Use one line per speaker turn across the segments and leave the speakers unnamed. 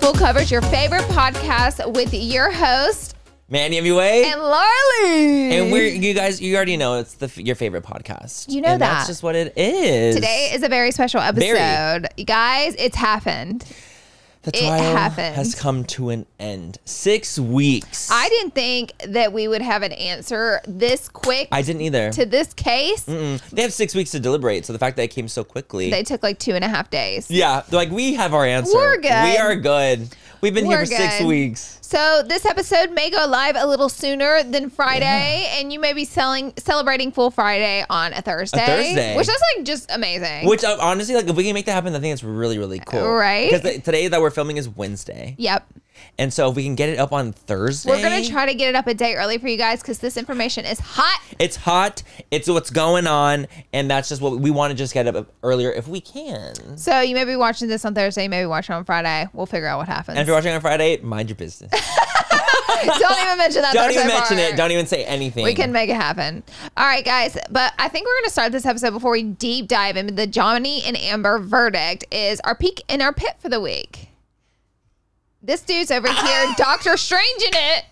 Full coverage, your favorite podcast with your host
Manny MUA.
and Larly.
And we're you guys, you already know it's the f- your favorite podcast.
You know
And
that.
That's just what it is.
Today is a very special episode.
Very.
You guys, it's happened.
the
it
trial
happened.
has come to an end. Six weeks.
I didn't think that we would have an answer this quick
I didn't either.
to this case.
Mm. They have six weeks to deliberate, so the fact that it came so quickly.
They took like two and a half days.
yeah, they're like we have our answer.
We're good.
We are good. We've been
We're
here for six
good.
weeks.
So this episode may go live a little sooner than Friday, and you may be selling celebrating Full Friday on a Thursday,
Thursday.
which is like just amazing.
Which uh, honestly, like, if we can make that happen, I think it's really, really cool.
Right?
Because the- today that we're filming is Wednesday,
yep,
and so if we can get it up on Thursday,
we're gonna try to get it up a day early for you guys because this information is hot.
It's hot. It's what's going on, and that's just what we want to just get up earlier if we can.
So you may be watching this on Thursday, you may be watching on Friday. We'll figure out what happens.
And if you're watching on Friday, mind your business.
Don't even mention that.
Don't
Thursday
even mention
part.
it. Don't even say anything.
We can make it happen. All right, guys. But I think we're going to start this episode before we deep dive into the Johnny and Amber verdict is our peak and our pit for the week. This dude's over here, Doctor Strange in it.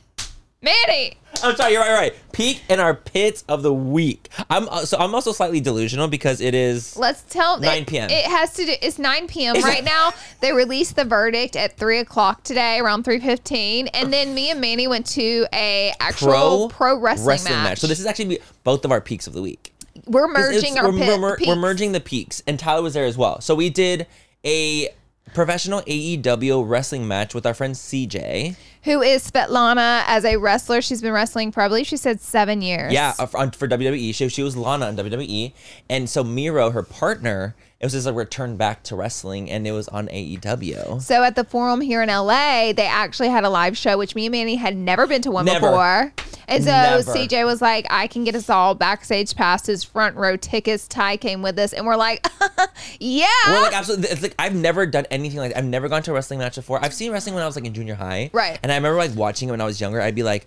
Manny.
I'm sorry. You're right. you're Right. Peak and our pits of the week. I'm uh, so I'm also slightly delusional because it is.
Let's tell
9
it-
p.m..
It, has to do. It's 9 p.m.
Is
right
it-
now. They released the verdict at three o'clock today, around 3:15, and then me and Manny went to a actual pro, wrestling, match.
So this is actually both of our peaks of the week.
we're
'Cause
merging
it's-
our
we're,
pit,
we're, mer- we're
peaks.
merging the peaks, and Tyler was there as well. So we did a professional AEW wrestling match with our friend CJ.
who is Svetlana as a wrestler. She's been wrestling for, I believe she said seven years.
Yeah, uh, for, on, for WWE. She, she was Lana on WWE. And so Miro, her partner, it was just a return back to wrestling and it was on E AEW.
So at the forum here in LA, they actually had a live show, which me and Manny had never been to one
Never.
before. And so
Never.
CJ was like, I can get us all backstage passes, front row tickets. Ty came with us. And we're like, yeah.
We're like, absolutely. It's like, I've never done anything like that. I've never gone to a wrestling match before. I've seen wrestling when I was like in junior high.
Right.
And I remember like watching it when I was younger. I'd be like,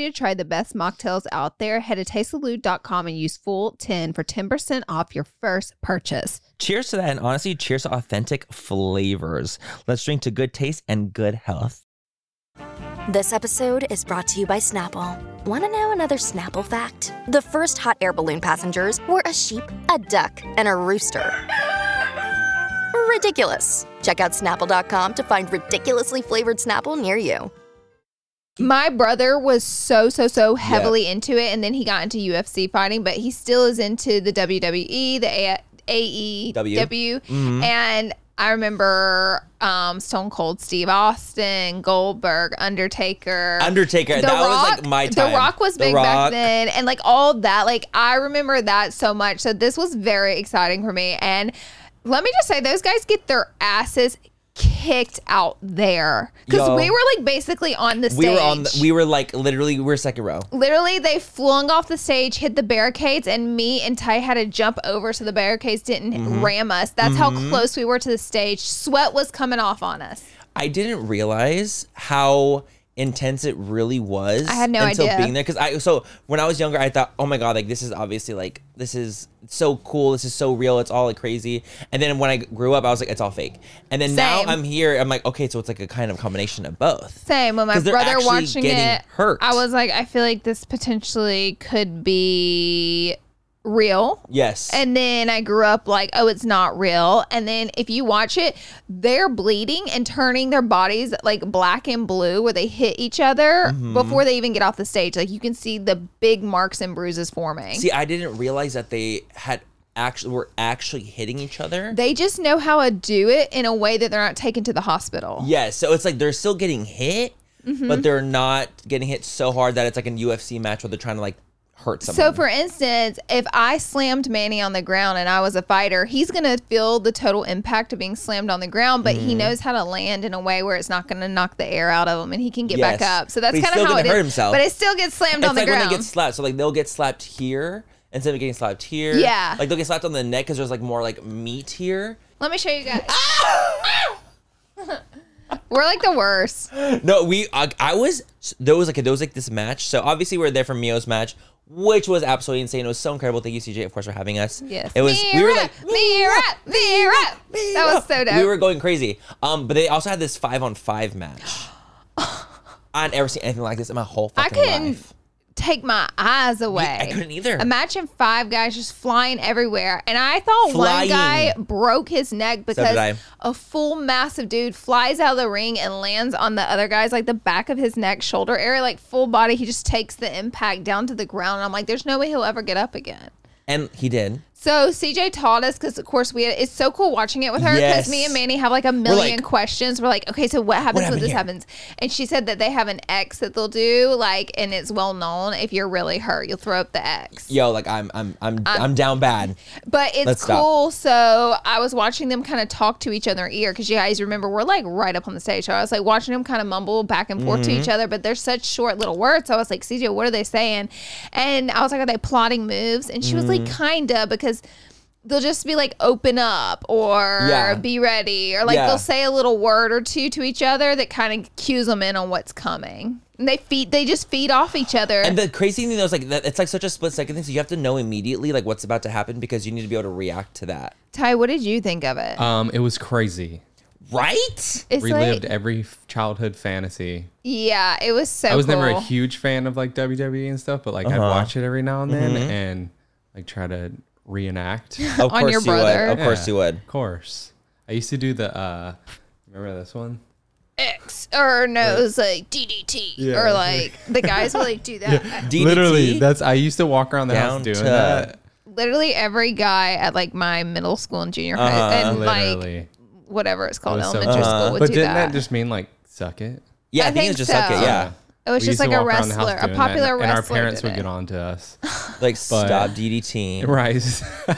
to try the best mocktails out there, head to tastesalute.com and use full 10 for 10% off your first purchase.
Cheers to that, and honestly, cheers to authentic flavors. Let's drink to good taste and good health.
This episode is brought to you by Snapple. Want to know another Snapple fact? The first hot air balloon passengers were a sheep, a duck, and a rooster. Ridiculous. Check out snapple.com to find ridiculously flavored Snapple near you.
My brother was so, so, so heavily into it. And then he got into UFC fighting, but he still is into the WWE, the A- AEW.
Mm-hmm.
And I remember um, Stone Cold Steve Austin, Goldberg, Undertaker.
Undertaker.
The
that was
Rock-
like my time.
The Rock was
The
big back
Rock.
then, and like all that. Like I remember that so much. So this was very exciting for me. And let me just say, those guys get their asses kicked out there because
Yo.
we were like basically on the stage.
We were on. The, we were like literally. We were second row.
Literally, they flung off the stage, hit the barricades, and me and Ty had to jump over so the barricades didn't
Mm-hmm.
ram us. That's how close we were to the stage. Sweat was coming off on us.
I didn't realize how intense it really was.
I had no
until
idea.
being there because I so when I was younger, I thought, oh my god, like this is obviously like this is so cool, this is so real, it's all like crazy. And then when I grew up, I was like, it's all fake. And then now
Same.
I'm here, I'm like, okay, so it's like a kind of combination of both.
Same when my
'Cause they're
brother
actually
watching
getting
it,
hurt.
I was like, I feel like this potentially could be real.
Yes.
And then I grew up like, oh, it's not real. And then if you watch it, they're bleeding and turning their bodies like black and blue where they hit each other
Mm-hmm.
before they even get off the stage. Like you can see the big marks and bruises forming.
See, I didn't realize that they had actually were actually hitting each other.
they just know how to do it in a way that they're not taken to the hospital.
yeah, so it's like they're still getting hit,
Mm-hmm.
but they're not getting hit so hard that it's like an UFC match where they're trying to like hurt someone.
So, for instance, if I slammed Manny on the ground and I was a fighter, he's going to feel the total impact of being slammed on the ground, but
Mm-hmm.
he knows how to land in a way where it's not going to knock the air out of him and he can get back
Yes.
up. So
But
that's
he's
kind
still
of how
gonna
it is.
hurt himself.
But it still gets slammed
it's
on the
like
ground.
when they get slapped. So like they'll get slapped here instead of getting slapped here.
Yeah.
like they'll get slapped on the neck because there's like more like meat here.
Let me show you guys. We're like the worst.
No, we. I, I was. There was like a, there was like this match. So obviously we are there for Mio's match, which was absolutely insane. It was so incredible. Thank you, CJ, of course, for having us.
Yes.
It was. we were like.
Mira, Mira, Mira. That was so dope.
We were going crazy. Um, but they also had this five on five match. I'd never seen anything like this in my whole
I
fucking
couldn't
life.
take my eyes away.
I couldn't either.
Imagine five guys just flying everywhere. And I thought one
Flying.
guy broke his neck because
I.
a full massive dude flies out of the ring and lands on the other guy's like the back of his neck, shoulder area, like full body. He just takes the impact down to the ground. And I'm like, there's no way he'll ever get up again.
And he did.
So CJ taught us because, of course, we had, it's so cool watching it with her because
Yes.
me and Manny have like a million
like,
questions. We're like, okay, so what happens when
happened
this
here?
happens? And she said that they have an X that they'll do, like, and it's well known if you're really hurt, you'll throw up the X.
Yo, like I'm, I'm, I'm, I'm down bad.
But it's
Let's stop.
cool. So I was watching them kind of talk to each other in ear because you guys remember we're like right up on the stage. So I was like watching them kind of mumble back and forth to each
Mm-hmm.
other, but they're such short little words. So I was like, CJ, what are they saying? And I was like, are they plotting moves? And she was like,
Mm.
kinda because they'll just be like open up or
Yeah.
be ready or like
Yeah.
they'll say a little word or two to each other that kind of cues them in on what's coming. And they feed they just feed off each other.
And the crazy thing though is like that, it's like such a split second thing, so you have to know immediately like what's about to happen because you need to be able to react to that,
Ty, what did you think of it?
Um, it was crazy.
right?
it's
Relived
like
every f- childhood fantasy.
yeah, it was so
e I was
cool.
never a huge fan of like WWE and stuff, but like I'd
Uh-huh.
watch it every now and then
Mm-hmm.
and like try to reenact. of
Of
On your
course you would.
brother.
Of course you would.
Of course. I used to do the uh remember this one?
X or no, it was like DDT or like the guys will like do that.
DDT?
Literally, that's I used to walk around the
Down
house doing
to-
that.
Literally every guy at like my middle school and junior high and like
Literally.
whatever it's called
It was so
elementary
cool.
school would
Uh-huh. but
do
didn't
that.
that. just mean like suck it?
yeah, I,
I
think,
think
it's just
so.
like it, yeah.
it was just
We used to
like a
walk around the house
wrestler, a
doing that,
popular
and,
wrestler.
And our parents
did
would
it.
get on to us.
Like stop DDT.
right.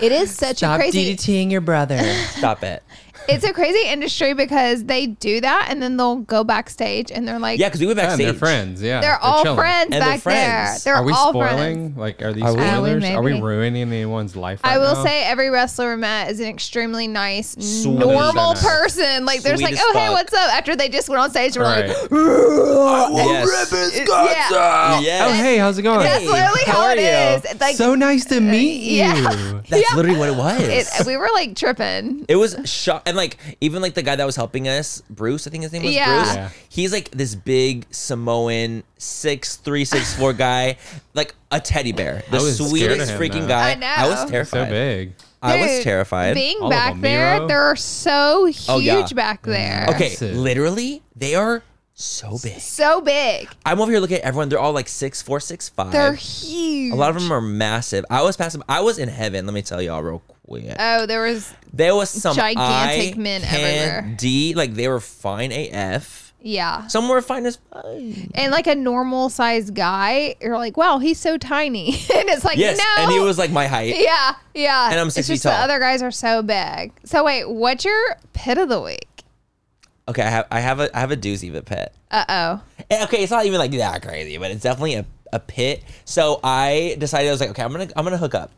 It is such a crazy.
DDTing your brother.
Stop it.
It's a crazy industry because they do that and then they'll go backstage and they're like,
Yeah, because we went
and
backstage.
they're friends, yeah.
they're, all
chilling.
friends
they're
back
friends.
there. They're
Are we
all
spoiling?
friends.
Like, are these
we? Are
we
spoilers? Are we,
maybe?
ruining anyone's life?
I
right
will
uh,
now?
say every wrestler we met is an extremely nice,
Sweet.
normal
So nice.
person. Like they're just like,
Sweet as
oh hey,
fuck.
what's up? After they just went on stage, we're
Right.
like,
Yes.
yeah.
Oh,
Yes.
hey, how's it going?
That's literally
how
how, it
are
is. Like uh,
so nice to meet you.
yeah.
That's literally what it was.
it,
It,
we were like tripping.
was shock, and like even like the guy that was helping us, Bruce, I think his name was
Yeah.
Bruce.
Yeah.
He's like this big Samoan six three six four guy, like a teddy bear, the
I was scared
sweetest
of him,
freaking
man.
guy.
I know.
was terrified.
So big.
I was
Dude,
terrified.
Being
All of
back
them,
there,
Miro.
they're so huge
Oh, yeah.
back there.
okay,
massive.
literally, they are so big.
So big.
I'm over here looking at everyone. They're all like six four, six five.
They're huge.
a lot of them are massive. I was passive. I was in heaven. Let me tell y'all real quick.
Oh, there was
There was some
Gigantic
eye
men everywhere.
D like they were fine AF.
yeah,
Some were fine as fine.
and like a normal sized guy, you're like, wow, he's so tiny, and it's like,
Yes,
no,
and he was like my height.
yeah, yeah,
And I'm
It's
six feet
just The
tall.
other guys are so big. So wait, what's your pit of the week?
Okay, I have I have a I have a doozy of a pet.
Uh oh,
And, okay, it's not even like that crazy, but it's definitely a, a pit. So I decided I was like, okay, I'm gonna I'm gonna hook up.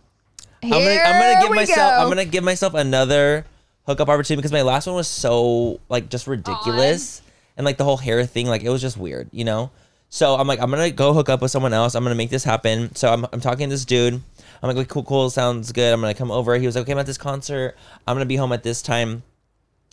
here
I'm gonna I'm gonna give
we
myself
go.
I'm gonna give myself another hookup opportunity because my last one was so like just ridiculous. and like the whole hair thing, like it was just weird, you know? So I'm like, I'm gonna go hook up with someone else. I'm gonna make this happen. So I'm, I'm talking to this dude. I'm like, cool, cool, sounds good. I'm gonna come over. He was like, okay, I'm at this concert. I'm gonna be home at this time.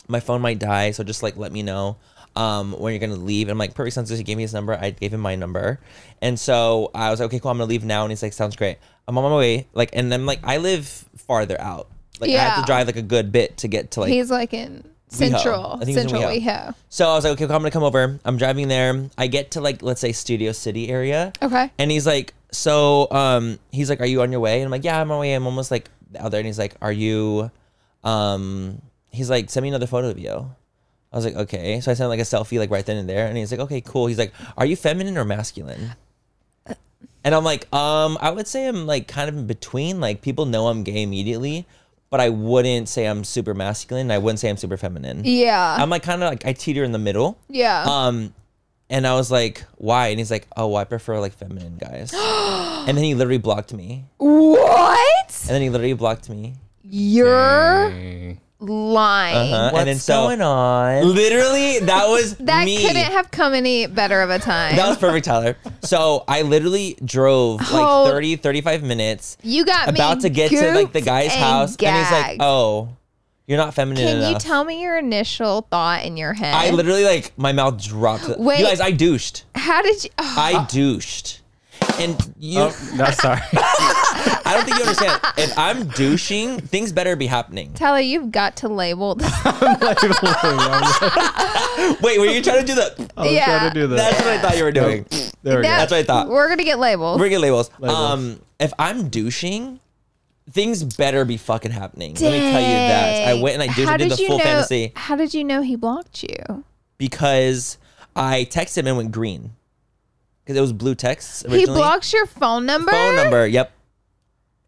My phone might die, so just like let me know um, when you're gonna leave. And I'm like, perfect sounds good. He gave me his number. I gave him my number, and so I was like, okay, cool. I'm gonna leave now. And he's like, sounds great. I'm on my way. Like, and then like I live farther out. Like I have
Yeah.
to drive like a good bit to get to like
he's like in central,
I think he's in
central
WeHo.
WeHo.
so I was like, okay, cool, I'm gonna come over. I'm driving there. I get to like, let's say Studio City area.
Okay.
And he's like, so um, he's like, are you on your way? And I'm like, yeah, I'm on my way. I'm almost like out there. And he's like, are you? Um, he's like, send me another photo video. I was like, okay. So I sent like a selfie, like right then and there. And he's like, okay, cool. He's like, are you feminine or masculine? And I'm like, um, I would say I'm like kind of in between. Like people know I'm gay immediately, but I wouldn't say I'm super masculine. and I wouldn't say I'm super feminine.
Yeah.
I'm like kind of like I teeter in the middle.
yeah.
Um, and I was like, why? And he's like, oh, well, I prefer like feminine guys. and then he literally blocked me.
what?
And then he literally blocked me.
You're
Dang.
lying.
Uh,
What's
and then so
going on?
literally that was
That
me.
couldn't have come any better of a time.
that was perfect, Tyler. So I literally drove
Oh.
like 30, 35 minutes
you got me
about to get to like the
gooped
guy's
and
house. And he's like,
gagged.
oh, you're not feminine
Can
enough.
you tell me your initial thought in your head?
I literally like my mouth dropped.
Wait.
You guys, I douched.
How did you? Oh,
I douched. And you
Oh, no, sorry.
I don't think you understand. If I'm douching, things better be happening.
Tyler, you've got to label. This.
Wait, were you trying to do the?
I was
Yeah.
trying to do that.
That's what I thought you were doing.
there we go.
That's what I thought.
We're gonna get labeled.
Bring your labels. Um, if I'm douching, things better be fucking happening. Let me tell you that. I
Dang.
went and I douched
How
and did the
you
full
know,
fantasy
How did you know he blocked you?
because I texted him and went green because it was blue texts originally.
He blocks your phone number.
phone number. Yep,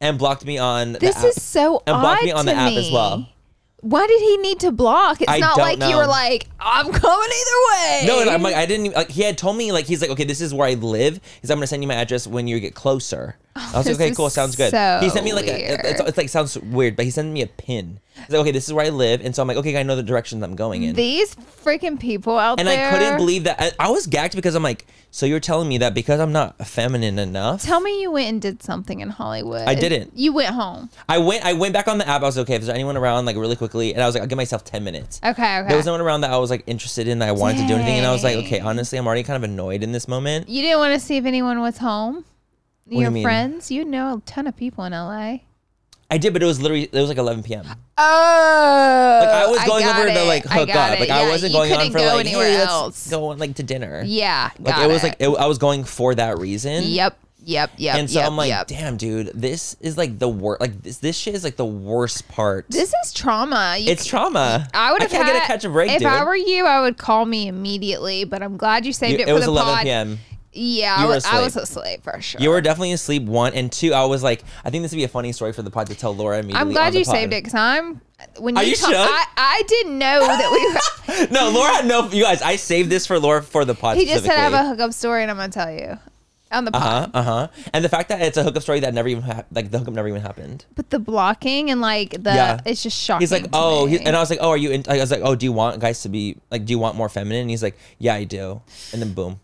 and blocked me on. the
This
app.
is so
and blocked
odd
me on
to
the app as
me.
well.
Why did he need to block? It's
I
not
don't
like you
know.
were like, I'm coming either way.
No, and I'm like, I didn't. Even, like, he had told me, like, he's like, okay, this is where I live. He's, I'm gonna send you my address when you get closer. I was like,
Oh, this
okay,
is
cool, sounds good.
so
he sent me like, a,
weird.
it's, it's like sounds weird, but he sent me a pin. He's like, okay, this is where I live, and so I'm like, okay, I know the directions I'm going in.
These freaking people out
and
there.
I couldn't believe that. I, I was gagged because I'm like, so you're telling me that because I'm not feminine enough?
Tell me you went and did something in Hollywood.
I didn't.
You went home.
I went, I went back on the app. I was like, okay, if there's anyone around, like, really quickly, and I was like, I'll give myself ten minutes.
Okay, okay.
There was no one around that I was like interested in that I wanted to do anything, and I was like, okay,
Dang.
honestly, I'm already kind of annoyed in this moment.
you didn't want to see if anyone was home.
do you
Your
mean?
friends. You know a ton of people in LA.
I did, but it was literally it was like 11 p.m.
Oh,
Like I was going
got
over to
it.
like
I
hook
got
up.
it.
Like
Yeah,
I wasn't
you
going on
couldn't
for
go
like
anywhere
hey,
else.
let's go on like to dinner.
yeah,
Like
got
it was like it, I was going for that reason.
yep, yep, yep.
And so
yep,
I'm like,
yep.
damn, dude, this is like the worst. Like this, this shit is like the worst part.
this is trauma. You
it's trauma.
I would have
can't
had,
get a catch a break,
If
dude.
I were you, I would call me immediately. But I'm glad you saved
You-
it,
it
for
was
the
11
pod.
p.m.
Yeah, I
You were
was, I was
asleep.
asleep for sure.
You were definitely asleep. One and two. I was like, I think this would be a funny story for the pod to tell Laura immediately.
I'm glad
on the
you
pod.
saved it because I'm. When
Are you
talk-
sure?
I, I didn't know that we. were...
No, Laura had no. You guys, I saved this for Laura for the pod.
He just said I have
specifically.
a hookup story, and I'm gonna tell you on the pod.
Uh-huh, uh-huh. And the fact that it's a hookup story that never even happened, like the hookup never even happened.
But the blocking and like the
Yeah.
it's just shocking.
He's like,
to
oh,
me.
he, and I was like, oh, are you? In, I was like, oh, do you want guys to be like, do you want more feminine? And he's like, yeah, I do. And then boom.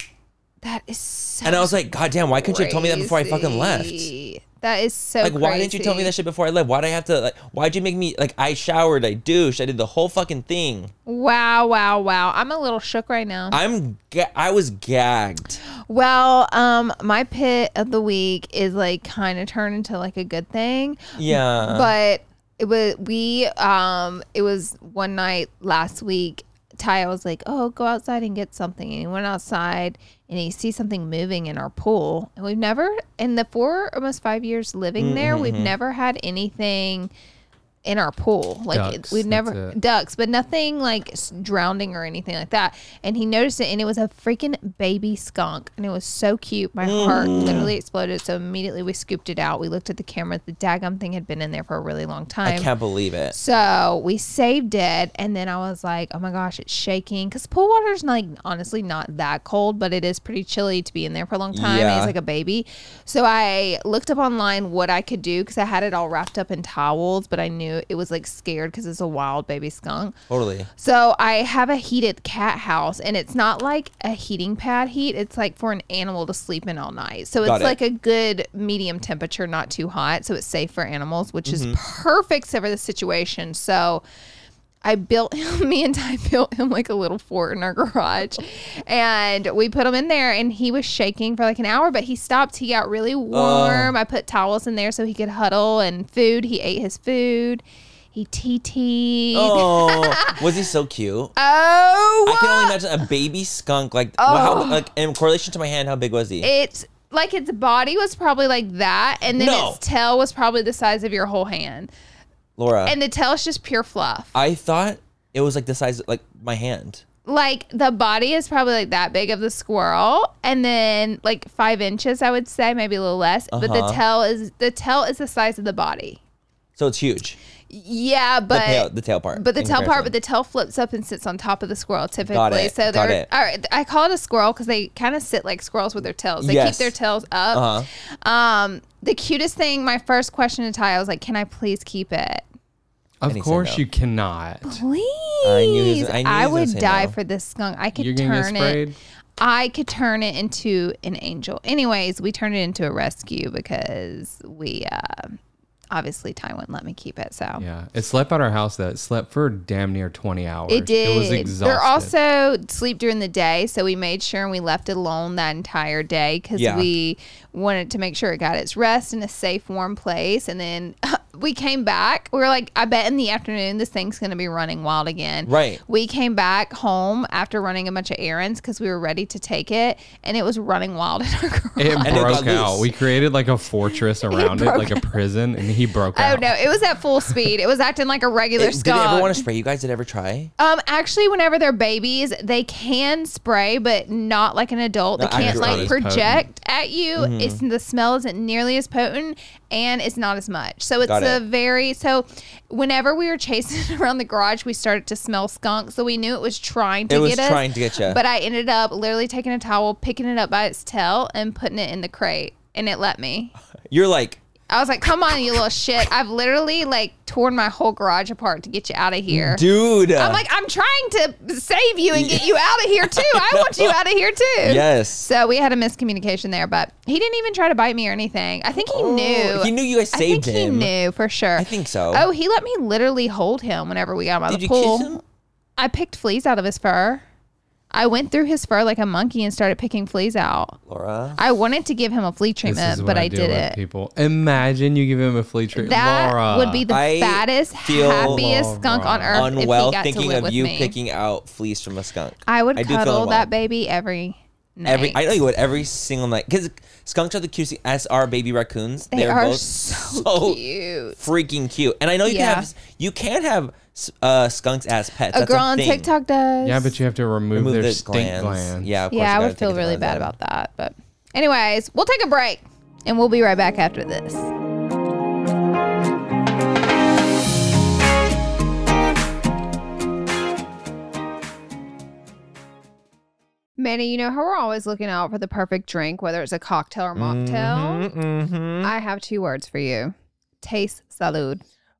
that is so.
And I was like, god damn, why couldn't you have told me that before I fucking left?
crazy. That is so.
Like, why didn't you tell me that shit before I left? Why'd I have to like? Why'd you make me like? I showered, I douched, I did the whole fucking thing.
Wow, wow, wow! I'm a little shook right now.
I'm, ga- I was gagged.
Well, um, my pit of the week is like kind of turned into like a good thing,
Yeah.
Uh-huh.
but it was we um it was one night last week. Ty, I was like, "Oh, go outside and get something," and he went outside and he sees something moving in our pool. And we've never, in the four almost five years living there, we've
Mm-hmm.
never had anything in our pool. Like it-
Ducks,
we've
that's
never
it.
ducks, but nothing like s- drowning or anything like that. And he noticed it, and it was a freaking baby skunk, and it was so cute. My heart literally exploded. So immediately we scooped it out. We looked at the camera. The daggum thing had been in there for a really long
I
time.
can't believe it.
So we saved it, and then I was like, "Oh my gosh, it's shaking!" Because pool water's like honestly not that cold, but it is pretty chilly to be in there for a long time. And
Yeah.
it's like a baby. So I looked up online what I could do because I had it all wrapped up in towels, but I knew knew it was like scared because it's a wild baby skunk.
Totally.
So I have a heated cat house, and it's not like a heating pad heat. It's like for an animal to sleep in all night. So
Got
it's
it.
like a good medium temperature, not too hot. So it's safe for animals, which is
Mm-hmm.
perfect for the situation. So I built him, me and Ty built him like a little fort in our garage. And we put him in there and he was shaking for like an hour, but he stopped. He got
Uh.
really warm. I put towels in there so he could huddle and food. He ate his food. He TT'd.
Oh, was he so cute?
Oh,
I can only imagine a baby skunk like well, how, like in correlation to my hand. How big was he?
it's like its body was probably like that. And then
No.
its tail was probably the size of your whole hand.
Laura,
And the tail's just pure fluff.
I thought it was like the size of like my hand.
like the body is probably like that big of the squirrel and then like five inches i would say maybe a little less but the
Uh-huh.
tail is the tail is the size of the body
So it's huge.
yeah but
the tail, the tail part.
but the
in
tail part,
comparison.
but the tail flips up and sits on top of the squirrel typically.
it,
So
got
they're
it.
all right. I call it a squirrel because they kind of sit like squirrels with their tails. They
Yes. Uh-huh.
keep their tails up. Um, the cutest thing. My first question to Ty, I was like, "Can I please keep it?
Of
And he said
course
no.
you cannot.
Please?
I knew he was- I knew he was gonna
would
say
die
no.
for this skunk. I could
You're gonna get
turn it.
sprayed.
I could turn it into an angel. Anyways, we turned it into a rescue because we uh, obviously Ty wouldn't let me keep it. So
Yeah, it slept at our house. That slept for damn near twenty hours.
it did.
It was exhausted.
They're also sleep during the day, so we made sure and we left it alone that entire day because
Yeah.
we wanted to make sure it got its rest in a safe, warm place. And then we came back. We were like, I bet in the afternoon this thing's going to be running wild again.
Right.
We came back home after running a bunch of errands because we were ready to take it, and it was running wild in our garage.
It
it got
broke out.
loose.
We created like a fortress around it, like a prison, and he broke
Oh
out.
no! It was at full speed. It was acting like a regular
It- did it ever
skunk.
want to spray? You guys did it ever try?
Um, actually, whenever they're babies, they can spray, but not like an adult. They
Not
can't
as
like
potent.
project at you.
Mm-hmm.
It's the smell isn't nearly as potent, and it's not as much. So it's
Got
a
it.
very so. Whenever we were chasing around the garage, we started to smell skunk, so we knew it was trying to
It was
get us.
trying to get ya.
But I ended up literally taking a towel, picking it up by its tail, and putting it in the crate, and it let me.
You're like,
I was like, "Come on, you little shit! I've literally like torn my whole garage apart to get you out of here."
dude.
I'm like, I'm trying to save you and get you out of here too. I want you out of here too.
yes.
So we had a miscommunication there, but he didn't even try to bite me or anything. I think he knew.
Oh, he knew you guys
I think
saved
he
him.
knew for sure.
I think so.
Oh, he let me literally hold him whenever we got him out of
did
the
you
pool.
kiss him?
I picked fleas out of his fur. I went through his fur like a monkey and started picking fleas out.
Laura.
I wanted to give him a flea
This is
treatment,
what
but I,
do with
didn't.
People, imagine you give him a flea treat.
That
Laura.
would be the
I
fattest,
feel
happiest skunk on earth if he
Unwell
got to
thinking
live
of
with
you
me.
picking out fleas from a skunk.
I would
I do feel
cuddle
unwell.
that baby every night.
Every I know you would every single night because skunks are the cutest as are baby raccoons.
They
They're
are
both
so cute.
freaking cute. And I know you
Yeah.
can have you can have uh, skunks as pets.
a
That's
girl on
thing.
TikTok does.
Yeah, but you have to remove,
Remove
their
the
stink glands.
Yeah, of course
yeah,
you
I
gotta
would
take
feel
it
really
out
bad
then.
about that. But, anyways, we'll take a break and we'll be right back after this. Manny, you know how we're always looking out for the perfect drink, whether it's a cocktail or mocktail?
Mm-hmm,
I have two words for you taste salud.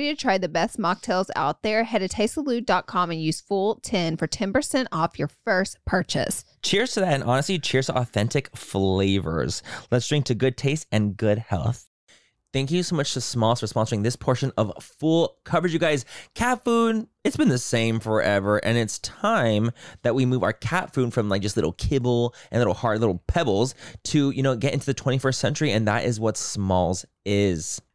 to try the best mocktails out there, head to tastesalute.com and use full 10 for 10% off your first purchase.
Cheers to that, and honestly, cheers to authentic flavors. Let's drink to good taste and good health.
Thank you so much to Smalls for sponsoring this portion of full coverage. You guys, cat food, it's been the same forever. And it's time that we move our cat food from like just little kibble and little hard little pebbles to, you know, get into the 21st century. And that is what Smalls is.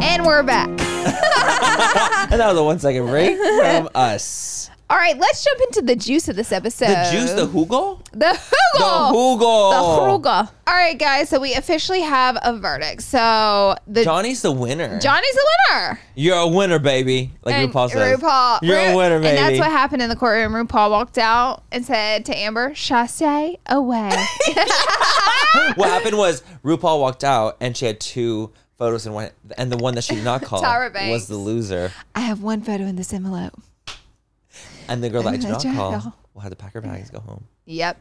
And we're back.
And that was a one second break from us.
All right, let's jump into the juice of this episode.
The juice, the hugo?
The
The
Hugo.
hugo.
The Hugo. All right, guys. So we officially have a verdict. So the
Johnny's the winner.
Johnny's the winner.
You're a winner, baby. Like
And
RuPaul says.
RuPaul-
You're a
Ru-
winner, baby.
And that's what happened in the courtroom. RuPaul walked out and said to Amber, "Chasse away."
What happened was RuPaul walked out and she had two photos and one and the one that she did not call
Tyra
was
Banks.
the loser.
I have one photo in this envelope.
And the girl that I did
And
not
I
call
tried.
will have to pack her bags, go home.
Yep.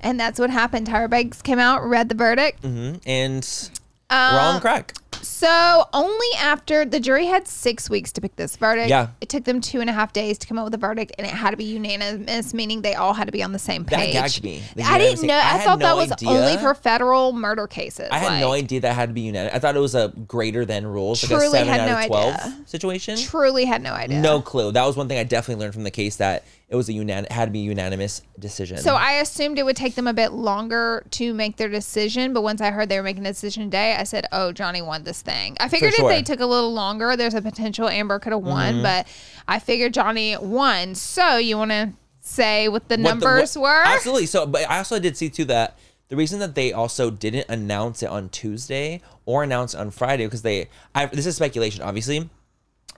And that's what happened. Tyra Banks came out, read the verdict.
hmm And
Um,
we're all on crack.
So only after the jury had six weeks to pick this verdict.
Yeah.
It took them two and a half days to come up with a verdict, and it had to be unanimous, meaning they all had to be on the same
That
page.
gagged me. The
I
unanimous
didn't
thing.
know.
I
I,
had
thought
no
that was
idea.
only for federal murder cases.
I had no
like,
idea that had to be unanimous. I thought it was a greater than rules, like a
Truly
seven
had
out
no
of
idea.
twelve situation.
Truly had no idea.
No clue. That was one thing I definitely learned from the case that it was a unan- had to be a unanimous decision.
So I assumed it would take them a bit longer to make their decision, but once I heard they were making a decision today, I said, "Oh, Johnny won this thing." I figured
sure. Mm-hmm.
if they took a little longer, there's a potential Amber could have won, but I figured Johnny won. So you want to say what the
what the-
numbers
what-
were?
Absolutely. So, but I also did see too that the reason that they also didn't announce it on Tuesday or announce it on Friday because they, I, this is speculation, obviously,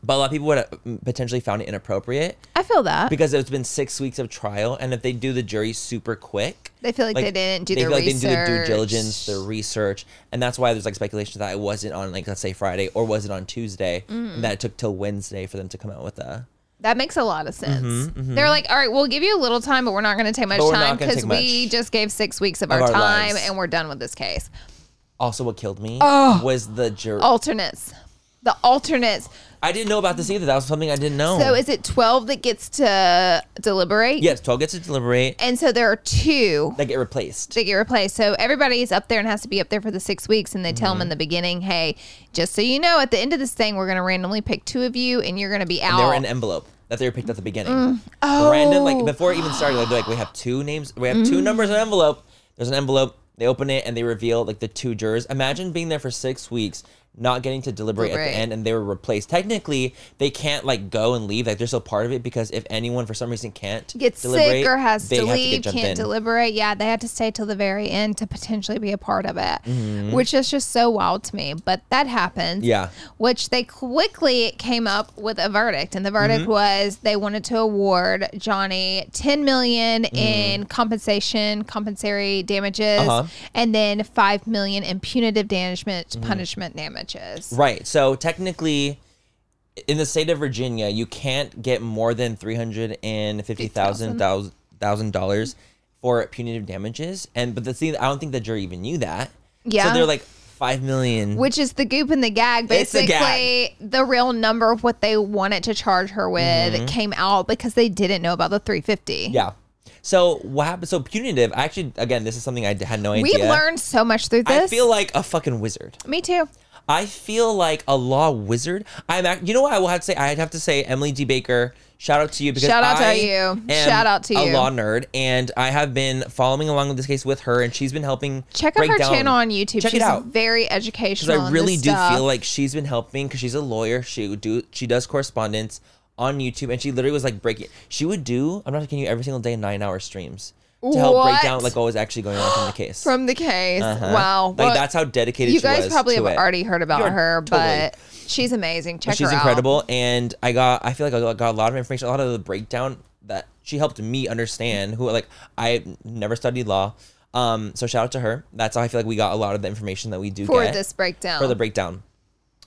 but a lot of people would have mm, potentially found it inappropriate
I feel that.
because it's been six weeks of trial, and if they do the jury super quick.
They feel like, they didn't do
they
their
feel like
research.
they didn't do the due diligence, their research, and that's why there's like speculation that it wasn't on like let's say Friday or was it on Tuesday,
Mm-hmm.
and that it took till Wednesday for them to come out with a.
That makes a lot of sense. They're like, all right, we'll give you a little time, but we're not going to take much
Mm-hmm, But we're not
time
gonna
because
take
we
much
just gave six weeks of,
of
our,
our
time
lives."
and we're done with this case.
Also, what killed me
Oh.
was the jury.
Alternates. The alternates.
I didn't know about this either. That was something I didn't know.
So is it 12 that gets to deliberate?
yes, twelve gets to deliberate.
And so there are two
They get replaced.
that get replaced. So everybody is up there and has to be up there for the six weeks. And they tell
Mm-hmm.
them in the beginning, hey, just so you know, at the end of this thing, we're going to randomly pick two of you and you're going to be out.
They were in an envelope that they were picked at the beginning.
Mm.
Random,
Oh.
like before it even started, like, they're like we have two names, we have
Mm-hmm.
two numbers in an envelope. There's an envelope. They open it and they reveal like the two jurors. Imagine being there for six weeks, not getting to deliberate at
Deliberate.
the end, and they were replaced. Technically, they can't like go and leave. Like they're still part of it because if anyone for some reason can't
gets
deliberate,
sick or has
they
to
have get
leave,
jumped
can't
in.
deliberate. Yeah, they had to stay till the very end to potentially be a part of it, which is just so wild to me. But that happens.
Mm-hmm. Yeah.
Which they quickly came up with a verdict, and the verdict
Mm-hmm.
was they wanted to award Johnny ten million
Mm.
in compensation, compensatory damages,
Uh-huh. Mm.
and then five million in punitive damagement, punishment damages.
Right. So technically, in the state of Virginia, you can't get more than three hundred and fifty thousand thousand dollars for punitive damages. And but the thing, I don't think the jury even knew that.
Yeah.
So they're like five million.
which is the goop and the gag.
It's the
Basically,
gag.
the real number of what they wanted to charge her with came out because they didn't know about the 350.
Mm-hmm. yeah. So what happened? So punitive. I Actually, again, this is something I d- had no idea.
We learned so much through this.
I feel like a fucking wizard.
Me too.
I feel like a law wizard. I'm. Act- you know what? I will have to say. I'd have to say Emily D. Baker. Shout out to you because
Shout out to
I
you.
am
Shout out to
a
you.
law nerd, and I have been following along with this case with her, and she's been helping.
Check out
break
her
down-
channel on YouTube.
Check
She's
it out.
very
because
educational.
I
in
really
this
do
stuff.
feel like she's been helping because she's a lawyer. She would do she does correspondence on YouTube, and she literally was like breaking. She would do. I'm not kidding you. Every single day, nine hour streams to help break
What?
down like what was actually going on from the case.
from the case.
Uh-huh.
Wow,
like
Well,
that's how dedicated
you
she
guys
was
probably
to
have
it.
already heard about
You're-
her,
totally.
but she's amazing. Check
But she's
her out.
incredible, and I got. I feel like I got- got a lot of information, a lot of the breakdown that she helped me understand. Who like I never studied law. Um, so shout out to her. That's how I feel like we got a lot of the information that we do
for
get.
this breakdown.
for the breakdown.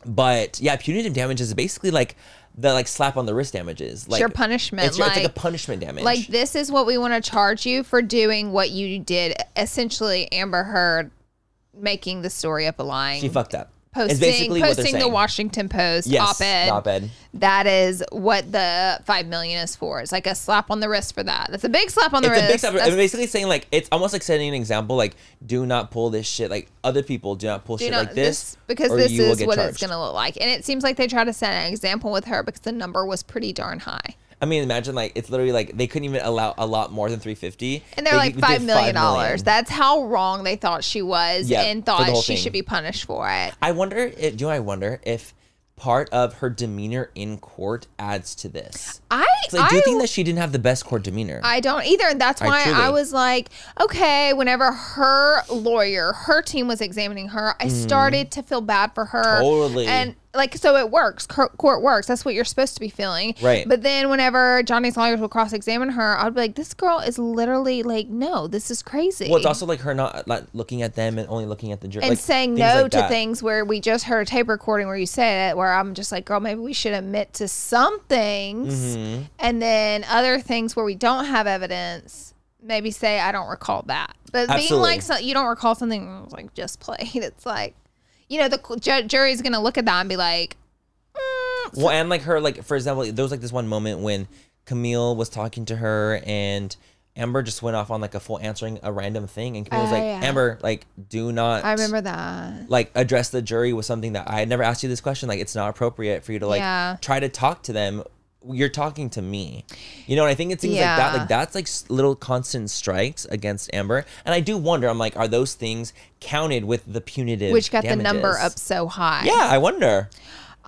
But yeah, punitive damage is basically like the like slap on the wrist damages. Like
your punishment,
It's, your- it's like,
like-
a punishment damage.
like this is what we want to charge you for doing what you did. Essentially, Amber Heard making the story up a lie.
she fucked up.
Posting,
it's basically what they're
posting
saying.
the Washington Post
yes,
op-ed.
op-ed.
That is what the five million is for. It's like a slap on the wrist for that. That's a big slap on the
It's a
wrist.
big step.
That's-
I'm basically saying like it's almost like setting an example. Like do not pull this shit. Like other people do not pull
do
shit
not
like this,
because
or
this
you will
is
get
what
charged.
it's going to look like. And it seems like they try to set an example with her because the number was pretty darn high.
I mean, imagine like it's literally like they couldn't even allow a lot more than 350.
And they're
They
like
did
five million dollars.
million.
That's how wrong they thought she was
Yeah,
and
for the
thought
whole
she
thing.
should be punished for it.
I wonder. If, do I wonder if part of her demeanor in court adds to this?
I
It's like, do you
I-
think that she didn't have the best court demeanor?
I don't either. And that's
I
why I,
truly-
was like, okay, whenever her lawyer, her team was examining her,
Mm-hmm.
I started to feel bad for her.
Totally.
And like, so it works. Cor- Court works. That's what you're supposed to be feeling.
Right.
But then whenever Johnny's lawyers would cross examine her, I'd be like, this girl is literally like, no, this is crazy.
well, it's also like her not like, looking at them and only looking at the jury
and
like,
saying
things
no
like
to
that.
things where we just heard a tape recording where you said it, where I'm just like, girl, maybe we should admit to some things,
Mm-hmm.
and then other things where we don't have evidence, maybe say I don't recall that. But being
Absolutely.
like, so, you don't recall something, mm, it's like just play. It's like, you know, the cu- ju- jury's gonna look at that and be like,
Well, and like her, like for example, there was like this one moment when Camille was talking to her and. Amber just went off on like a full answering a random thing, and Camille was
Oh,
like,
yeah.
"Amber, like, do not."
I remember that.
like address the jury with something that I had never asked you this question. Like it's not appropriate for you to like
Yeah.
try to talk to them. You're talking to me, you know. And I think it's things like that.
Yeah.
Like that's like s- little constant strikes against Amber. And I do wonder. I'm like, are those things counted with the punitive?
Which got the number
damages?
up so high.
Yeah, I wonder.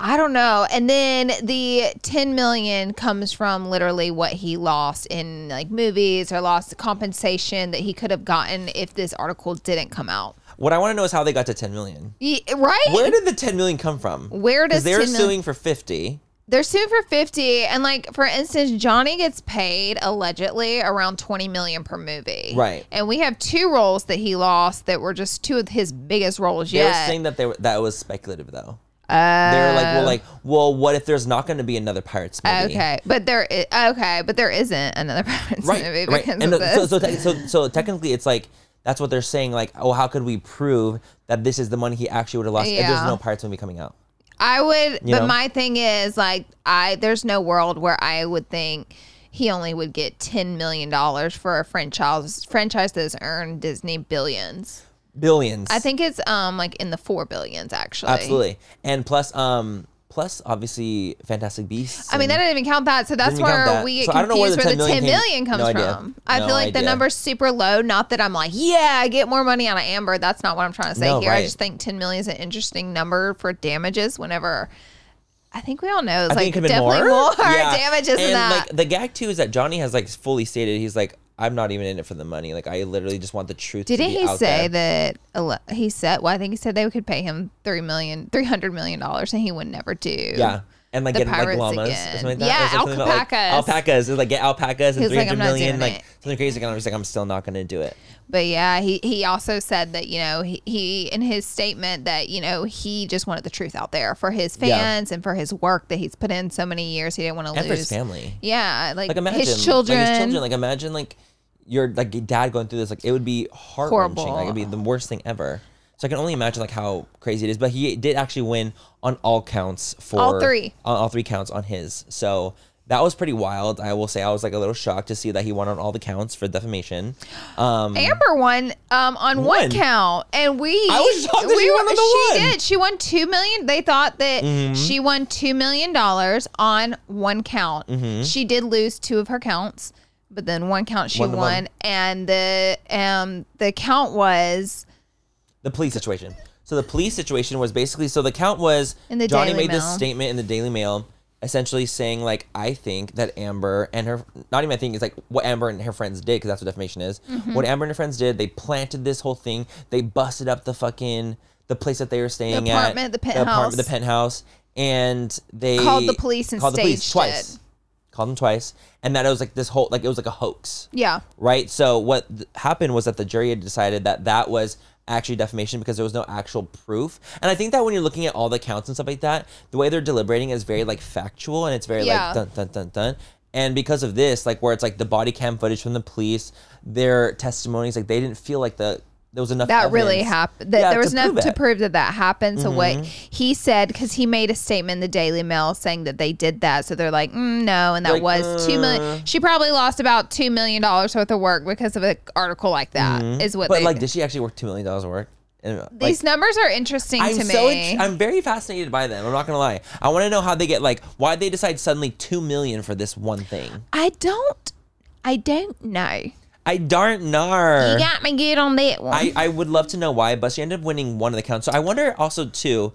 I don't know. And then the 10 million comes from literally what he lost in like movies or lost the compensation that he could have gotten if this article didn't come out.
What I want to know is how they got to 10 million.
Ye- right?
Where did the 10 million come from?
Where
'Cause
does
they were
10 million
suing for 50?
They're sued for 50 and like for instance Johnny gets paid allegedly around 20 million per movie.
Right.
And we have two roles that he lost that were just two of his biggest roles
They
yet.
were saying that they were, that was speculative though. they were like, well, like, well, what if there's not going to be another Pirates movie?
Oh. okay, but there i- okay, but there isn't another Pirates movie because of
And
this.
so, so, te- so, so technically, it's like that's what they're saying. Like, oh, how could we prove that this is the money he actually would have lost if there's
Yeah.
no Pirates movie coming out?
I would,
You
but
know?
my thing is like I there's no world where I would think he only would get ten million dollars for a franchise franchise that's earned Disney billions.
Billions.
I think it's um like in the four billions actually.
absolutely. And plus, um, plus obviously, Fantastic Beasts.
I mean, that
and-
didn't even count that. So that's
Didn't even count
where
that.
we get
So I don't know
confused
where
where
the
the
10
10
million
million
came-
comes
no idea.
from. I
No
feel like the
idea.
number's super low. Not that I'm like, yeah, I get more money on an Amber. That's not what I'm trying to say
No,
here.
right.
I just think 10 million is an interesting number for damages whenever. I think we all know it's
I
like
think it could have been
definitely
more,
more,
Yeah.
damages
and
than that.
Like the gag too is that Johnny has like fully stated he's like I'm not even in it for the money. Like I literally just want the truth. to
Didn't
be
he
out
say
there.
that ele- he said? Well, I think he said they could pay him three million, three hundred million dollars, and he would never do.
Yeah. And like
The
getting like
pirates
llamas or
again.
something like that.
Yeah,
It's like something about, like,
alpacas.
alpacas. It's like get alpacas and
He was
three
like,
hundred
"I'm not
million,
doing
like
it.
something crazy. And I was like, I'm still not gonna do it.
But yeah, he he also said that you know he, he in his statement that you know he just wanted the truth out there for his
Yeah.
fans and for his work that he's put in so many years. He didn't want to
And
lose
for his family.
Yeah, like,
Like imagine
his children.
Like his children. Like imagine like your like your dad going through this. Like it would be heart wrenching. Like it'd be the worst thing ever. So I can only imagine like how crazy it is. But he did actually win on all counts for
All three.
on all three counts on his. So that was pretty wild. I will say I was like a little shocked to see that he won on all the counts for defamation. Um,
Amber won um, on one
One.
count, and we.
I was shocked that she won on the
She
one. Mm-hmm.
did. She won two million. They thought that she won two million dollars on one count.
Mm-hmm.
She did lose two of her counts, but then one count she
One
won,
of them.
and the um the count was
the police situation. So the police situation was basically so the count was
In the
Johnny
Daily
made this
Mail.
statement in the Daily Mail, essentially saying like I think that Amber and her not even I think it's like what Amber and her friends did because that's what defamation is.
Mm-hmm.
What Amber and her friends did, they planted this whole thing. They busted up the fucking the place that they were staying
apartment,
at,
the penthouse.
the penthouse, and they
Called the police and
called the police
staged
twice.
it.
Called them twice, and that it was like this whole like it was like a hoax
yeah.
right? So what th- happened was that the jury had decided that that was actually defamation because there was no actual proof. And I think that when you're looking at all the counts and stuff like that, the way they're deliberating is very like factual and it's very
Yeah.
like dun dun dun dun. And because of this, like where it's like the body cam footage from the police, their testimonies, like they didn't feel like the there was enough
that really
evidence-
happened. That
Yeah,
there was enough
prove
to
it. Mm-hmm.
prove that that happened. So what he said, because he made a statement in the Daily Mail saying that they did that. So they're like, mm, no, and that
Like, uh.
was two million. She probably lost about two million dollars worth of work because of an article like that. Is what.
Mm-hmm. But
they,
like, did she actually work two million dollars of work? And, uh, like,
these numbers are interesting
I'm
to
so
me.
int- I'm very fascinated by them. I'm not gonna lie. I want to know how they get like why they decide suddenly two million for this one thing.
I don't. I don't know.
I darn nar.
You got me good on that one.
I, I would love to know why, but she ended up winning one of the counts. So I wonder also too,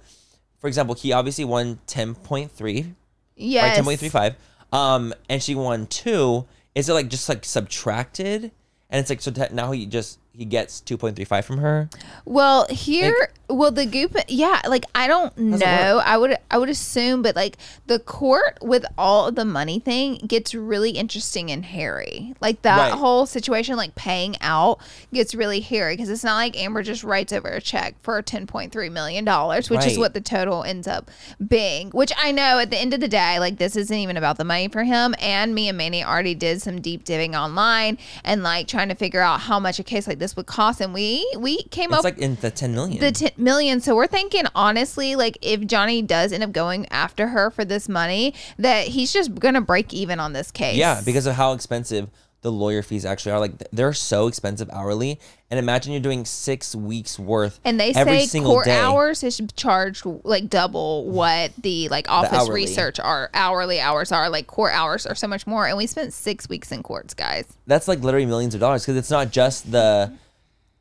for example, he obviously won ten point three, right?
yes.
Ten point three five. Um, and she won two. Is it like just like subtracted? And it's like so te- now he just he gets two point three five from her.
Well, here, well, the goop, yeah, like I don't know. I would, I would assume, but like the court with all of the money thing gets really interesting and hairy. Like that
Right.
whole situation, like paying out, gets really hairy because it's not like Amber just writes over a check for ten point three million dollars, which is
Right.
what the total ends up being. Which I know at the end of the day, like this isn't even about the money for him. And me and Manny already did some deep diving online and like trying to figure out how much a case like this would cost, and we we came
It's
up
like in the ten million.
the 10 million. So we're thinking honestly, like if Johnny does end up going after her for this money, that he's just gonna break even on this case.
Yeah, because of how expensive the lawyer fees actually are. Like th- they're so expensive hourly. And imagine you're doing six weeks worth
and they
every
say
single
court
day.
hours is charged like double what the like office
hourly.
research are hourly hours are like court hours are so much more and we spent six weeks in courts guys
That's like literally millions of dollars because it's not just the.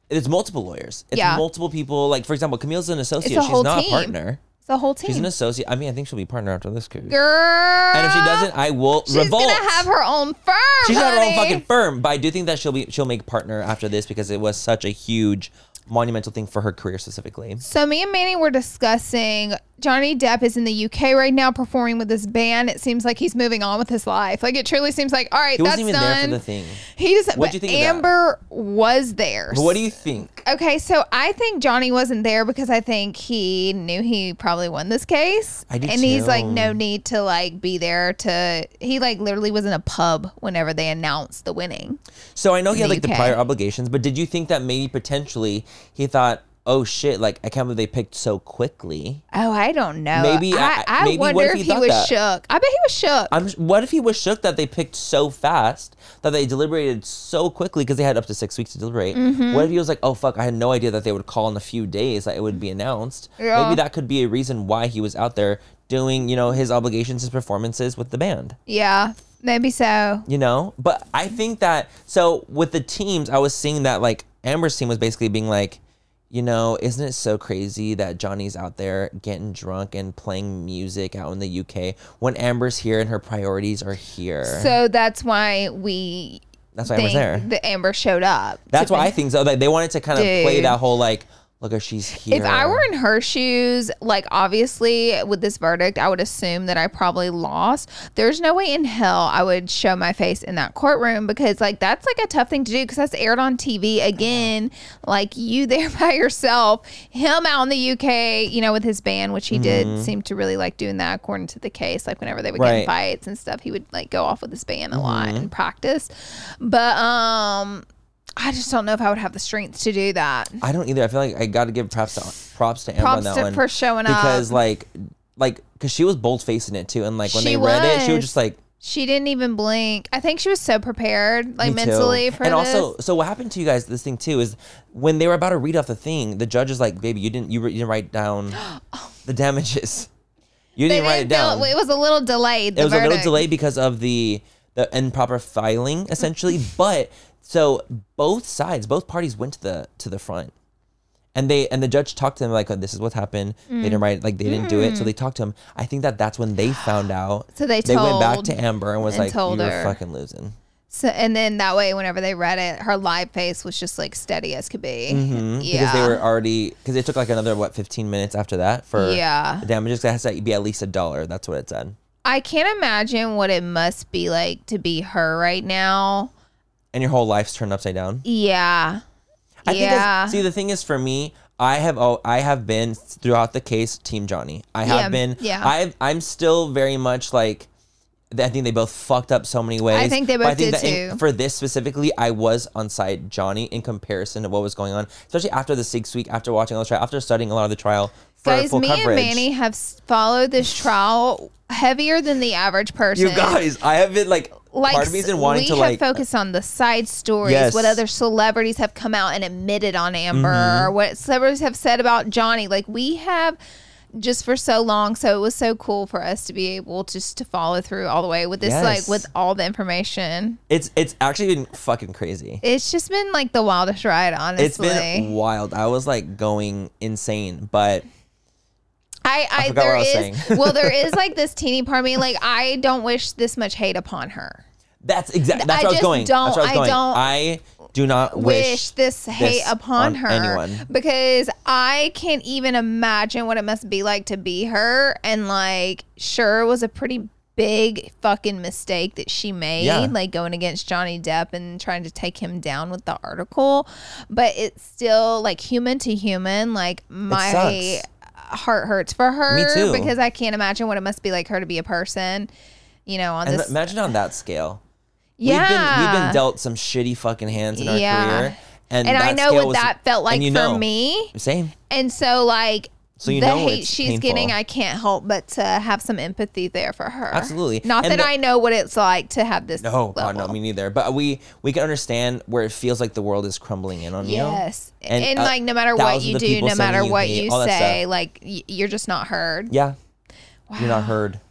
It's multiple lawyers. It's
Yeah.
multiple people. Like for example, Camille's an associate.
a
She's
whole
not
team.
a partner.
it's a whole team
She's an associate. I mean, I think she'll be partner after this case.
girl
And if she doesn't, I will
she's
revolt.
gonna have her own firm
she's not her own
honey.
fucking firm. But I do think that she'll be she'll make partner after this because it was such a huge monumental thing for her career specifically.
So me and Manny were discussing Johnny Depp is in the UK right now performing with this band. It seems like he's moving on with his life. Like it truly seems like all right,
He
that's
wasn't even
done.
there for the thing.
He doesn't.
What'd
but
you think of that?
Amber was there.
But what do you think?
Okay, so I think Johnny wasn't there because I think he knew he probably won this case,
I do
and he's like
too.
no need to like be there to. He like literally was in a pub whenever they announced the winning.
So I know he had
the
like
UK.
the prior obligations, but did you think that maybe potentially he thought, oh shit, like I can't believe they picked so quickly?
Oh, I don't know.
Maybe-
I,
I-
I
maybe what
wonder
if
if
he
he
thought
was
that?
shook. I bet he was shook.
I'm what if he was shook that they picked so fast that they deliberated so quickly because they had up to six weeks to deliberate?
Mm-hmm.
What if he was like, oh fuck, I had no idea that they would call in a few days that it would be announced?
Yeah.
Maybe that could be a reason why he was out there doing, you know, his obligations, his performances with the band.
Yeah, maybe so.
you know but i think that so with the teams i was seeing that like amber's team was basically being like you know isn't it so crazy that johnny's out there getting drunk and playing music out in the uk when amber's here and her priorities are here
So that's why we
that's why amber's
think
there
that Amber showed up.
that's
to
why i
be-
think so like, they wanted to kind of play
Dude.
that whole like look at she's here
If I were in her shoes, like obviously with this verdict, I would assume that I probably lost. There's no way in hell I would show my face in that courtroom because, like, that's like a tough thing to do because that's aired on TV again. Like, you there by yourself, him out in the UK, you know, with his band, which he did seem to really like doing that according to the case. Like, whenever they would get in
Mm-hmm. Right. Mm-hmm.
fights and stuff, he would like go off with his band a lot and practice. But, um, I just don't know if I would have the strength to do that.
I don't either. I feel like I got to give props to props to Amber
Props
on that
to-
one
for showing up.
because like like because she was bold faced in it too, and like when
She
they read it, she was
was.
just like,
She didn't even blink. I think she was so prepared, like
Me too.
mentally for
and
this.
also so what happened to you guys this thing too is when they were about to read off the thing the judge is like baby you didn't you, re- you didn't write down the damages you
They
didn't write it
didn't feel-
down
it was a little delayed. The
it was a
verdict.
little delayed because of the the improper filing essentially but so both sides both parties went to the to the front and they and the judge talked to them like oh, this is what happened they
Mm.
didn't write like they didn't do it so they talked to him i think that that's when they found out
So they
they went back
told-
to amber and was
and
like
told
you're
her."
fucking losing
So, and then that way, whenever they read it, her live face was just like steady as could be. Yeah.
Mm-hmm. Hmm. because they were already because it took like another what 15 minutes after that for
Yeah.
the damages 'cause it has to be at least a dollar that's what it said
I can't imagine what it must be like to be her right now.
and your whole life's turned upside down
Yeah.
I
yeah.
think that's- see the thing is for me I have oh I have been throughout the case team Johnny I have
Yeah,
been
yeah.
I've, I'm still very much like I think they both fucked up so many ways.
think they
but
both did
that in-
too.
for this specifically, I was on side Johnny in comparison to what was going on, especially after the six week, after watching all the trial, after studying a lot of the trial for
Guys,
full
me
coverage.
and Manny have s- followed this trial heavier than the average person.
You guys, I have been like,
Like
part of me has been wanting
we
to
have
like
focused on the side stories,
Yes.
what other celebrities have come out and admitted on Amber,
Mm-hmm.
or what celebrities have said about Johnny. Like we have just for so long, so it was so cool for us to be able just to follow through all the way with this,
Yes.
like with all the information.
it's it's actually been fucking crazy.
It's just been like the wildest ride, honestly.
It's been wild. I was like going insane, but
I, I,
forgot what
there
I was
is
saying.
well, there is like this teeny part of me, like I don't wish this much hate upon her.
that's exactly
I
that's where I was
just
going. that's
don't-
where I was
I
going.
don't
I do not
Wish,
wish,
this hate
this
upon
on
her
anyone.
because I can't even imagine what it must be like to be her. And like, sure, it was a pretty big fucking mistake that she made,
Yeah.
like going against Johnny Depp and trying to take him down with the article. But it's still like human to human, like my
sucks.
heart hurts for her
too.
because I can't imagine what it must be like her to be a person. You know, on
And
this,
imagine on that scale.
yeah,
We've been we've been dealt some shitty fucking hands in our
Yeah.
career.
and,
And,
I
that
know
scale
what
was-
that felt like
and you
for
know,
me.
Same.
And so, like,
So you
the
know
hate
it's
she's
painful.
getting, I can't help but to have some empathy there for her.
Absolutely.
Not
And
that
the-
I know what it's like to have this.
No, Oh, God, no,
level.
me neither. But we we can understand where it feels like the world is crumbling in on you.
Yes. And,
uh,
like, no matter what
thousands
you
of
do,
people
no
sending
matter what
hate,
you
all that
say,
stuff.
like, y- you're just not heard.
Yeah. You're not heard.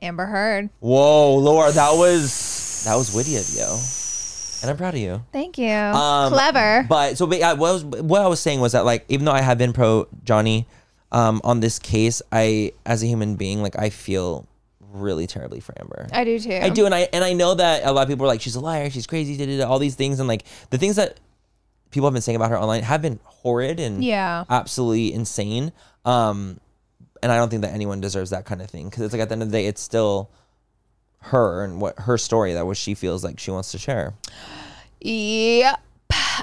Amber Heard.
Whoa, Laura, that was that was witty of you, and I'm proud of you.
Thank you.
Um,
Clever.
But so, but, yeah, what I was what I was saying was that like, even though I have been pro Johnny um, on this case, I as a human being, like I feel really terribly for Amber.
I do too.
I do, and I and I know that a lot of people are like, she's a liar, she's crazy, da, da, da, all these things, and like the things that people have been saying about her online have been horrid and
Yeah.
absolutely insane. Um, and I don't think that anyone deserves that kind of thing because it's like at the end of the day, it's still her and what her story that what she feels like she wants to share.
Yep.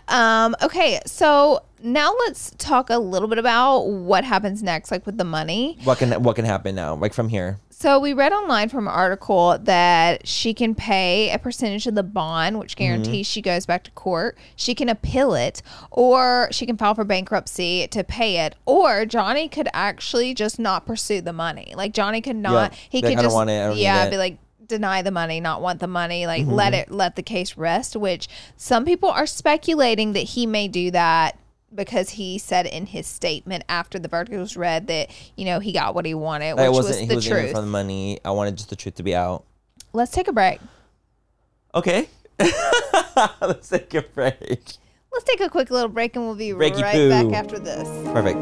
Um, okay, so now let's talk a little bit about what happens next, like with the money.
What can what can happen now? Like from here,
So we read online from an article that she can pay a percentage of the bond, which
Mm-hmm.
guarantees she goes back to court. She can appeal it, or she can file for bankruptcy to pay it, or Johnny could actually just not pursue the money. Like Johnny could not.
Yeah.
He
Be like,
could
"I don't
just
want it. I don't need
yeah,
it." Mm-hmm.
be like deny the money, not want the money, like let it let the case rest. Which some people are speculating that he may do that. Because he said in his statement after the verdict was read that you know he got what he wanted, which
I
was
wasn't
the
he was in it
truth.
for the money. I wanted just the truth to be out.
Let's take a break.
Okay, let's take a break.
Let's take a quick little break and we'll be
Breaky
right back
poo.
after this.
Perfect.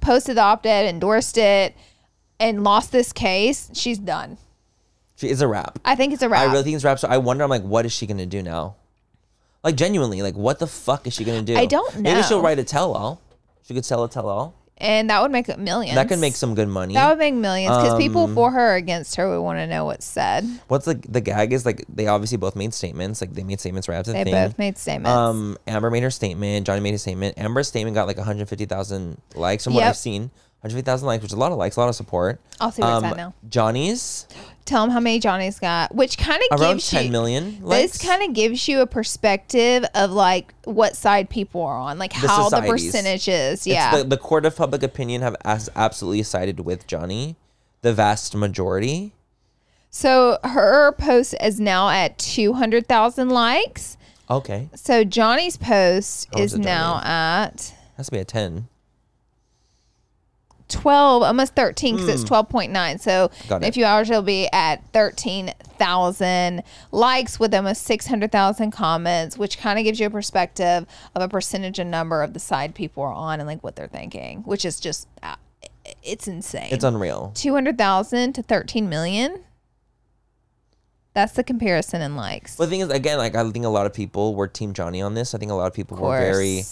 posted the op-ed, endorsed it, and lost this case, she's done.
She is a rap.
I think it's a wrap.
I really think it's a rap. So I wonder, I'm like, what is she going to do now? Like, genuinely, like, what the fuck is she going to do?
I don't
Maybe she'll
know.
write a tell all. She could sell a tell all.
and that would make it millions.
That could make Um, some good money.
That would make millions because people for her or against her would want to know what's said.
What's like the gag is like they obviously both made statements. Like they made statements right after the
They
thing.
both made statements.
Um, Amber made her statement. Johnny made his statement. Amber's statement got like 150,000 likes from what
Yep. Oh,
I've seen. 150,000 likes, which is a lot of likes, a lot of support.
I'll see where
um,
it's at now.
Johnny's
Tell them how many Johnny's got, which kind of
around
gives
ten
you.
million likes.
This kind of gives you a perspective of like what side people are on, like how the
societies.
percentages. Yeah,
the, the court of public opinion have as, absolutely sided with Johnny, the vast majority.
So her post is now at 200,000 likes.
Okay,
So Johnny's post
How
is
Oh, is it,
now
Johnny?
at
has to be a ten.
12, almost 13 because it's 12.9. So
Hmm. Got
in a
it.
few hours, it'll be at 13,000 likes with almost 600,000 comments, which kind of gives you a perspective of a percentage and number of the side people are on and like what they're thinking, which is just, uh, it's insane.
It's unreal.
200,000 to 13 million. That's the comparison in likes.
Well, the thing is, again, like I think a lot of people were Team Johnny on this. I think a lot of people were
course.
very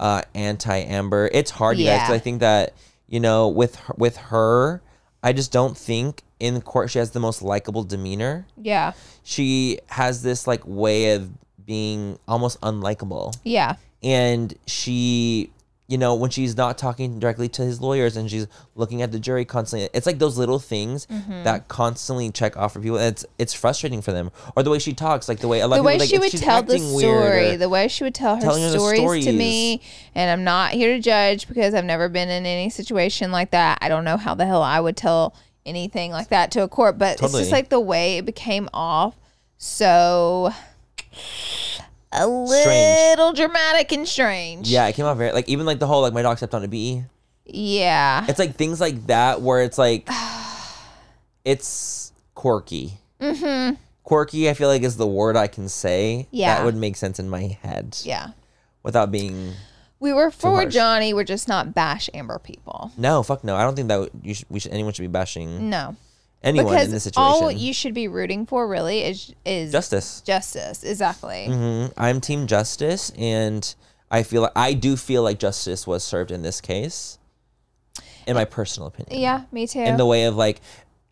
uh, anti Amber. It's hard, you guys. 'cause
Yeah.
I think that you know, with her, with her, I just don't think in court she has the most likable demeanor.
Yeah.
She has this like way of being almost unlikable
Yeah.
and she you know when she's not talking directly to his lawyers and she's looking at the jury constantly it's like those little things
Mm-hmm.
that constantly check off for people and it's it's frustrating for them or the way she talks like the way a lot
The
of people
way
like,
she would
she's
tell the
acting weird,"
story,
or-
the way she would tell her,
telling her the
stories, to
stories.
me, and I'm not here to judge because I've never been in any situation like that. I don't know how the hell I would tell anything like that to a court, but it's
Totally.
just like the way it became off so a little dramatic and strange.
yeah it came out very like even like the whole like my dog stepped on a bee
Yeah.
it's like things like that where it's like it's quirky mm-hmm. quirky i feel like is the word i can say
Yeah.
that would make sense in my head
Yeah.
without being
We were for
harsh.
Johnny, we're just not bash Amber people.
No, fuck no. I don't think that would- you should, we should anyone should be bashing
No.
anyone
Mm. because
in this situation.
all you should be rooting for really is is
justice.
justice. Exactly.
hmm I'm team justice, and I feel I do feel like justice was served in this case, in my personal opinion.
Yeah, me too.
In the way of like,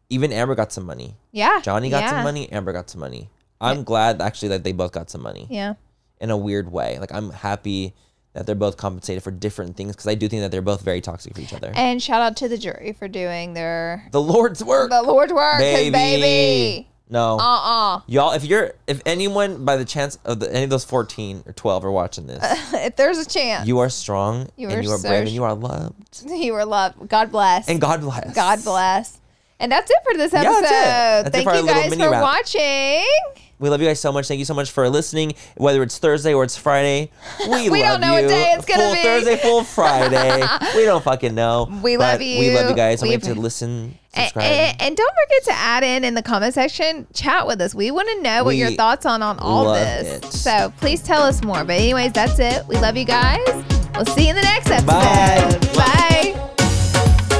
even Amber got some money.
yeah.
Johnny got
yeah,
some money. Amber got some money. I'm glad actually that they both got some money
Yeah.
in a weird way. Like I'm happy that they're both compensated for different things because I do think that they're both very toxic for each other.
And shout out to the jury for doing their
the Lord's work,
the Lord's work, 'cause
baby.
baby.
No.
Uh uh
Y'all, if you're if anyone by the chance of the, any of those fourteen or twelve are watching this,
If there's a chance, you,
you are strong
You
and
are
you are
so
brave
sh-
and you are loved.
were loved. God bless.
And God bless.
God bless. And that's it for this episode.
that's it. That's it
Thank
for our
you
little
guys
mini
for
wrap.
watching.
We love you guys so much. Thank you so much for listening. Whether it's Thursday or it's Friday, we,
We don't
love
know what
you.
day it's gonna
full
be.
Thursday, full Friday. we don't fucking know.
We
But
love
We love
you.
you
Eh,
guys. I
We
wait to
appre-
listen,
And,
subscribe.
and- and don't forget to add in in the comment section, chat with us. We want to know what your
We
thoughts on on all
love
this.
it.
So please tell us more. But anyways, that's it. We love you guys. We'll see you in the next episode.
Bye.
Bye.